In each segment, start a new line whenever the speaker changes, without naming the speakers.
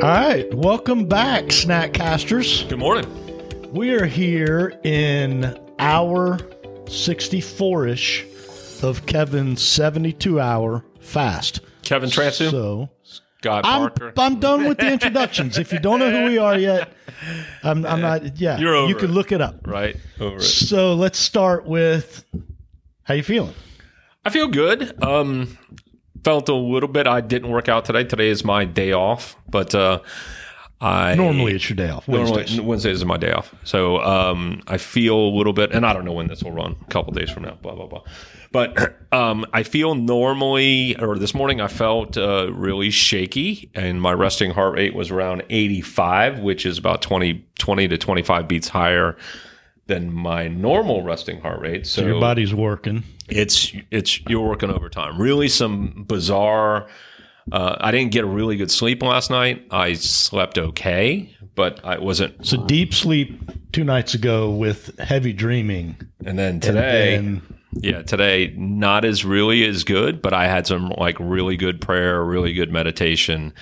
All right, welcome back, Snackcasters.
Good morning.
We are here in hour 64 ish of Kevin's 72 hour fast.
Kevin Transu,
So
Scott
I'm,
Parker.
I'm done with the introductions. if you don't know who we are yet, I'm, I'm not, yeah,
You're over
you can
it.
look it up.
right over it.
So let's start with how you feeling?
I feel good. Um, felt a little bit. I didn't work out today. Today is my day off, but uh, I
Normally it's your day off.
normally
Wednesdays.
Wednesdays. is my day off. So um, I feel a little bit, and I don't know when this will run. A couple days from now, blah blah blah. But um, I feel normally, or this morning, I felt uh, really shaky, and my resting heart rate was around 85, which is about 20, 20 to 25 beats higher than my normal resting heart rate. So,
Your body's working.
it's it's you're working overtime. Really, some bizarre. Uh, I didn't get a really good sleep last night. I slept okay, but I wasn't
So deep sleep two nights ago with heavy dreaming.
And then today,
And
yeah, today not as really as good, but I had some like really good prayer, really good meditation.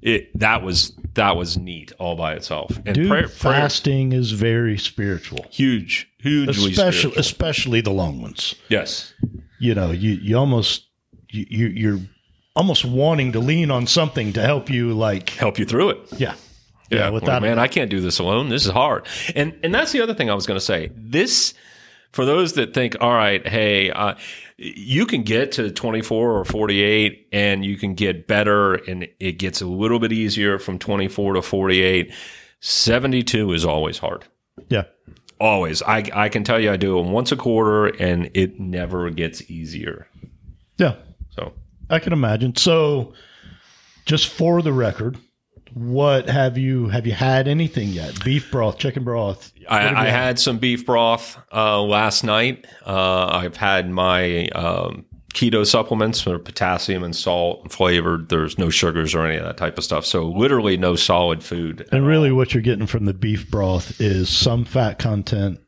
It that was that was neat all by itself. And
Dude,
prayer, prayer
fasting is very spiritual,
huge, hugely
especially
spiritual.
especially the long ones.
Yes,
You know, you you almost you you- you're almost wanting to lean on something to help you. Like,
help you through it.
yeah,
Yeah,
yeah,
like,
without
man, I can't do this alone. This is hard. And and that's the other thing I was going to say. This for those that think, all right, hey, uh, you can get to 24 or 48, and you can get better, and it gets a little bit easier from 24 to 48. 72 is always hard.
yeah.
Always. I I can tell you, I do it once a quarter, and it never gets easier.
Yeah,
So
I can imagine. So, just for the record, what have you have you had anything yet? Beef broth, chicken broth. What have
I, I
you
had some beef broth uh, last night. Uh, I've had my um, keto supplements for potassium and salt and flavored. There's no sugars or any of that type of stuff. So literally no solid food.
And really, what you're getting from the beef broth is some fat content,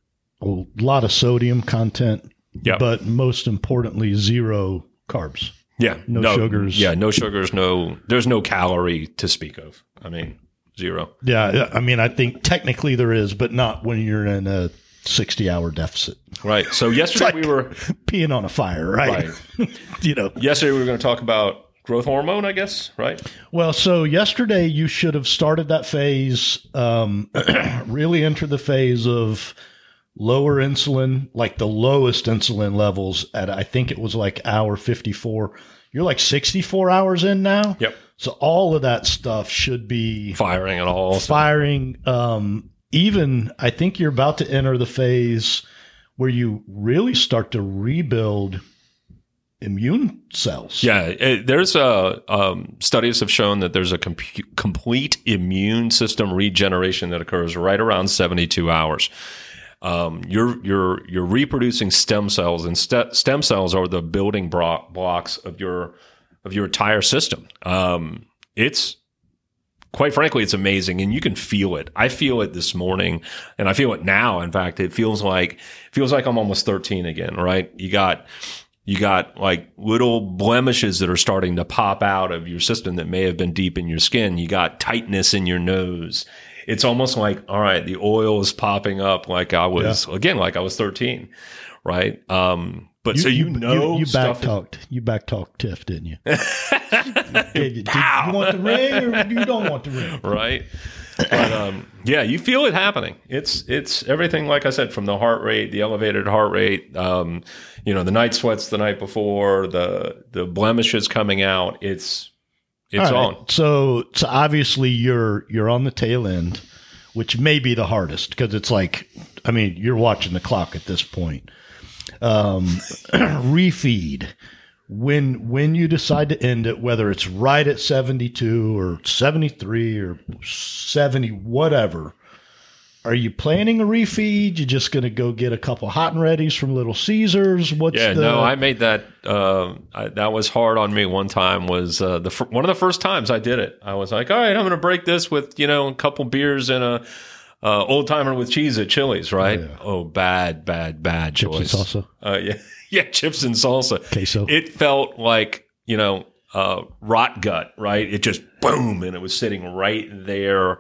a lot of sodium content,
Yeah.
but most importantly, zero carbs.
yeah.
no sugars.
Yeah. No sugars. No. There's no calorie to speak of. I mean, zero.
Yeah, I mean, I think technically there is, but not when you're in a 60 hour deficit,
Right. So yesterday
like-
we were.
peeing on a fire, right? you know.
Yesterday we were going to talk about growth hormone. I guess. Right.
Well, so yesterday you should have started that phase, um, really enter the phase of lower insulin, like the lowest insulin levels at, I think it was like hour 54. You're like 64 hours in now.
Yep.
So all of that stuff should be
Firing and all.
firing. Um, even I think you're about to enter the phase where you really start to rebuild immune cells.
Yeah, it, there's a um, studies have shown that there's a com- complete immune system regeneration that occurs right around 72 hours. Um, you're you're you're reproducing stem cells, and ste- stem cells are the building bro- blocks of your of your entire system. Um, it's quite frankly, it's amazing, and you can feel it. I feel it this morning, and I feel it now. In fact, it feels like feels like I'm almost 13 again. Right? You got you got like little blemishes that are starting to pop out of your system that may have been deep in your skin. You got tightness in your nose. It's almost like all right, the oil is popping up. Like I was again, like I was 13, right? Um, but so you, know
you, you back
stuff is-
talked you back talked Tiff, didn't you? Did you, did you want the ring or you don't want the ring?
right? But um, yeah, you feel it happening. It's it's everything. Like I said, from the heart rate, the elevated heart rate, um, you know, the night sweats the night before, the the blemishes coming out. It's it's
All right.
on.
So so obviously you're you're on the tail end, which may be the hardest because it's like I mean you're watching the clock at this point. Um, refeed when when you decide to end it, whether it's right at seventy two or seventy three or seventy whatever. Are you planning a refeed? You're just going to go get a couple hot and readies from Little Caesars. What's
Yeah,
the
no, I made that. Uh, I, that was hard on me. One time was uh, the fir- one of the first times I did it. I was like, all right, I'm going to break this with you know a couple beers and a. Uh, old timer with cheese at Chili's, right? Oh, bad, bad, bad
chips and
choice.
salsa?
Uh, yeah, yeah, chips and salsa.
Queso.
It felt like you know uh, rot gut, right? It just boom, and it was sitting right there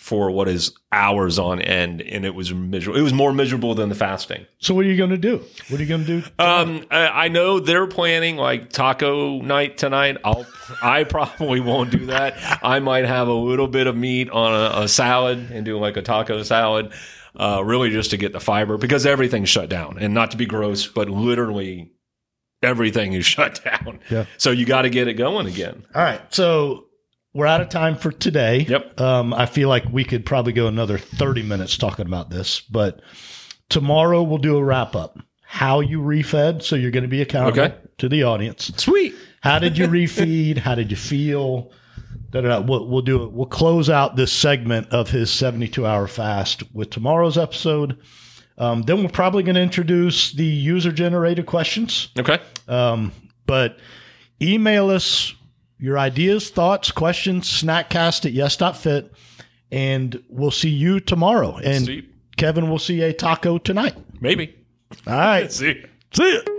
for what is hours on end, and it was miserable. It was more miserable than the fasting.
So what are you going to do? What are you going to do?
Um, I, I know they're planning like taco night tonight. I'll, I probably won't do that. I might have a little bit of meat on a, a salad and do like a taco salad, uh, really just to get the fiber because everything's shut down. And not to be gross, but literally everything is shut down.
Yeah.
So you got to get it going again.
All right. So we're out of time for today.
Yep.
Um, I feel like we could probably go another 30 minutes talking about this, but tomorrow we'll do a wrap up. How you refed. So you're going to be accountable
Okay.
to the audience.
Sweet.
How did you refeed? How did you feel? Da, da, da. We'll, we'll do it. We'll close out this segment of his 72 hour fast with tomorrow's episode. Um, then we're probably going to introduce the user generated questions.
Okay.
But email us your ideas, thoughts, questions, snackcast at yes.fit. And we'll see you tomorrow. And
See.
Kevin will see a taco tonight.
Maybe.
All right.
See.
See ya.